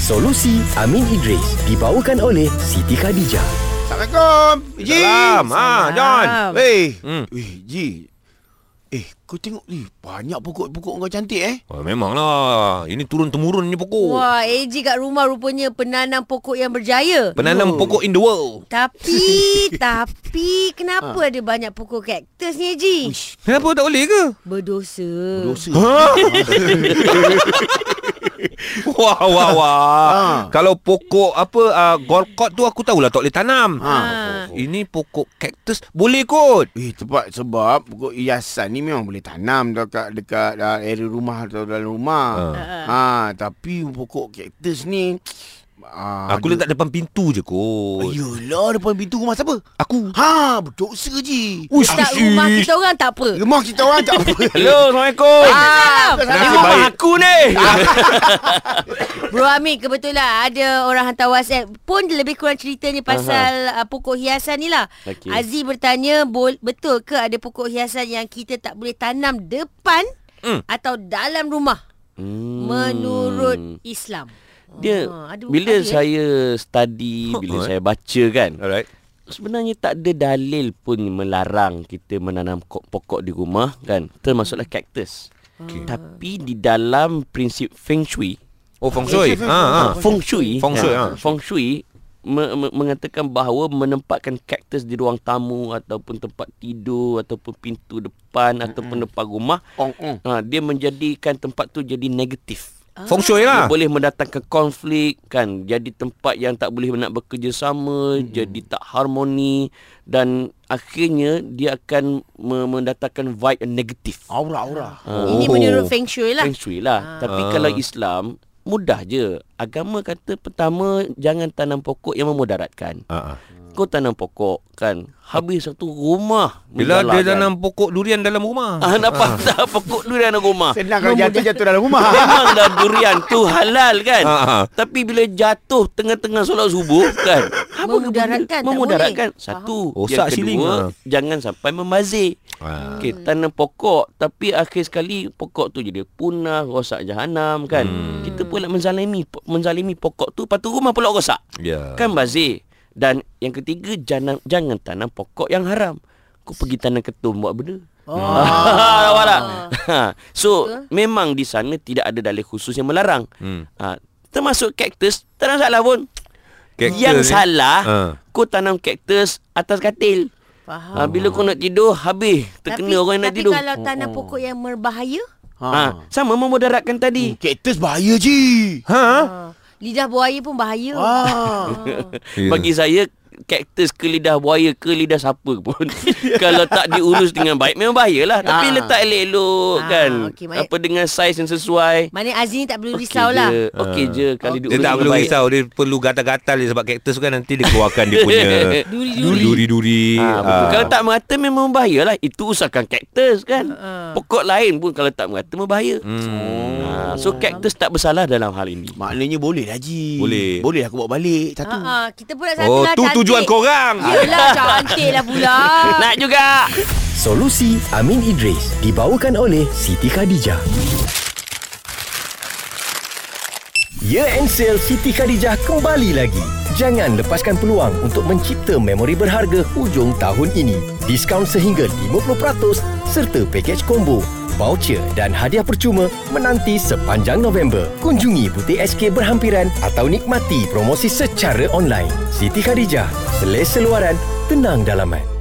Solusi Amin Idris dibawakan oleh Siti Khadijah. Assalamualaikum Ji Salam. Ha, John. Hey Hmm. Eh Ji Eh kau tengok ni Banyak pokok-pokok kau cantik eh Oh, memanglah. Ini turun temurun ni pokok. Wah, AG kat rumah rupanya penanam pokok yang berjaya. Yo. Penanam pokok in the world. Tapi, tapi kenapa ada banyak pokok kaktus ni, AG? Uish Ha. Kenapa tak boleh ke? Berdosa. Hmm. Dosa Ha? Wah, wah, wah. Ha. Kalau pokok apa uh, golkot tu aku tahulah tak boleh tanam. Ha. Ah. Ini pokok kaktus boleh kot. Eh tepat sebab pokok hiasan ni memang boleh tanam dekat dekat uh, area rumah atau dalam rumah. Ha. ha tapi pokok kaktus ni ah, Aku letak depan pintu je kot. Ayolah depan pintu rumah siapa? Aku. Ha berdosa je. Uish, Tak rumah kita orang tak apa. Rumah kita orang tak apa. Hello, Assalamualaikum. Ah, Nasib baik. aku ni. Bro Amir kebetulan ada orang hantar WhatsApp pun lebih kurang ceritanya pasal uh, pokok hiasan ni lah. Okay. Aziz bertanya bol- betul ke ada pokok hiasan yang kita tak boleh tanam depan Hmm. atau dalam rumah Hmm. menurut Islam. dia Ah, ada- bila ada, eh? saya study, bila Alright. saya baca kan, Alright. sebenarnya tak ada dalil pun melarang kita menanam ko- pokok di rumah kan, termasuklah kaktus. Ah. Okey. Tapi di dalam prinsip feng shui, ah, Oh, feng shui. Feng shui, Ha, ha. feng shui, Feng shui, kan, ah. feng shui me- me- mengatakan bahawa menempatkan kaktus di ruang tamu ataupun tempat tidur ataupun pintu depan ataupun depan rumah, Ong ong. ha, dia menjadikan tempat tu jadi negatif. Feng shui Dia lah. boleh mendatangkan konflik kan. Jadi tempat yang tak boleh nak bekerjasama, hmm. jadi tak harmoni dan akhirnya dia akan me- mendatangkan vibe yang negatif. Oh. Ha, Aura aura. Ah. Ini menurut Feng Shui lah. Oh. Feng Shui lah. Ha. Tapi kalau Islam mudah je. Agama kata pertama jangan tanam pokok yang memudaratkan. Ah, Ha, ha. Kau tanam pokok kan. Habis satu rumah Bila lah, dia menjalarkan. tanam pokok durian dalam rumah. Ah, nampak tak pokok durian dalam rumah. Senang kalau jatuh-jatuh dalam rumah. Memanglah durian tu halal kan Ha, ha. Tapi bila jatuh Tengah-tengah solat subuh kan apa ke benda? Memudaratkan, tak Memudaratkan boleh. Satu Faham. Rosak Yang siling, kedua ha. Jangan sampai membazir Ah. Ha. Okay, tanam pokok Tapi akhir sekali Pokok tu jadi punah Rosak jahanam kan Hmm. Kita pula menzalimi Menzalimi pokok tu Lepas tu rumah pula rosak Ya. Kan bazir Dan yang ketiga Jangan jangan tanam pokok yang haram Kau pergi tanam ketum buat benda Ah, nampak tak? Ha. So Betul. memang di sana tidak ada dalil khusus yang melarang. Hmm. Ha. Termasuk kaktus tak ada salah pun. Kaktus yang ni. salah Ha. kau tanam kaktus atas katil. Faham. Ha, bila kau nak tidur habis terkena orang yang nak tidur. Oh. Tapi kalau tanam pokok yang merbahaya, Ha, sama memudaratkan tadi. Kaktus bahaya je. Ha. ha. lidah buaya pun bahaya. Ah. Ya. Bagi saya kaktus ke lidah buaya ke lidah siapa pun kalau tak diurus dengan baik memang bahayalah Ah. tapi letak elok-elok Ah, kan okey, baik. apa dengan saiz yang sesuai Maknanya Aziz ni tak perlu risau lah. je okey je kalau Dia diurus tak dengan perlu baik. risau Dia perlu gatal-gatal dia Sebab kaktus kan nanti Dia keluarkan dia punya Duri-duri. Duri-duri Ha, betul. Ah. Kalau tak merata memang bahaya lah. Itu usahakan kaktus kan. Uh. Pokok lain pun kalau tak merata membahaya. Hmm. Ha, so kaktus tak bersalah dalam hal ini. Maknanya boleh lah Ji. Boleh. Boleh aku bawa balik Ha, satu. ha. Kita pula satu Oh lah tu cantik. Ya, tujuan korang Yelah cantik lah pula. Nak juga. Solusi Amin Idris dibawakan oleh Siti Khadijah. Year End Ya Sale Siti Khadijah kembali lagi. Jangan lepaskan peluang untuk mencipta memori berharga hujung tahun ini. Diskaun sehingga 50% serta pakej combo, voucher dan hadiah percuma menanti sepanjang November. Kunjungi butik SK berhampiran atau nikmati promosi secara online. Siti Khadijah, selesa luaran, tenang dalaman.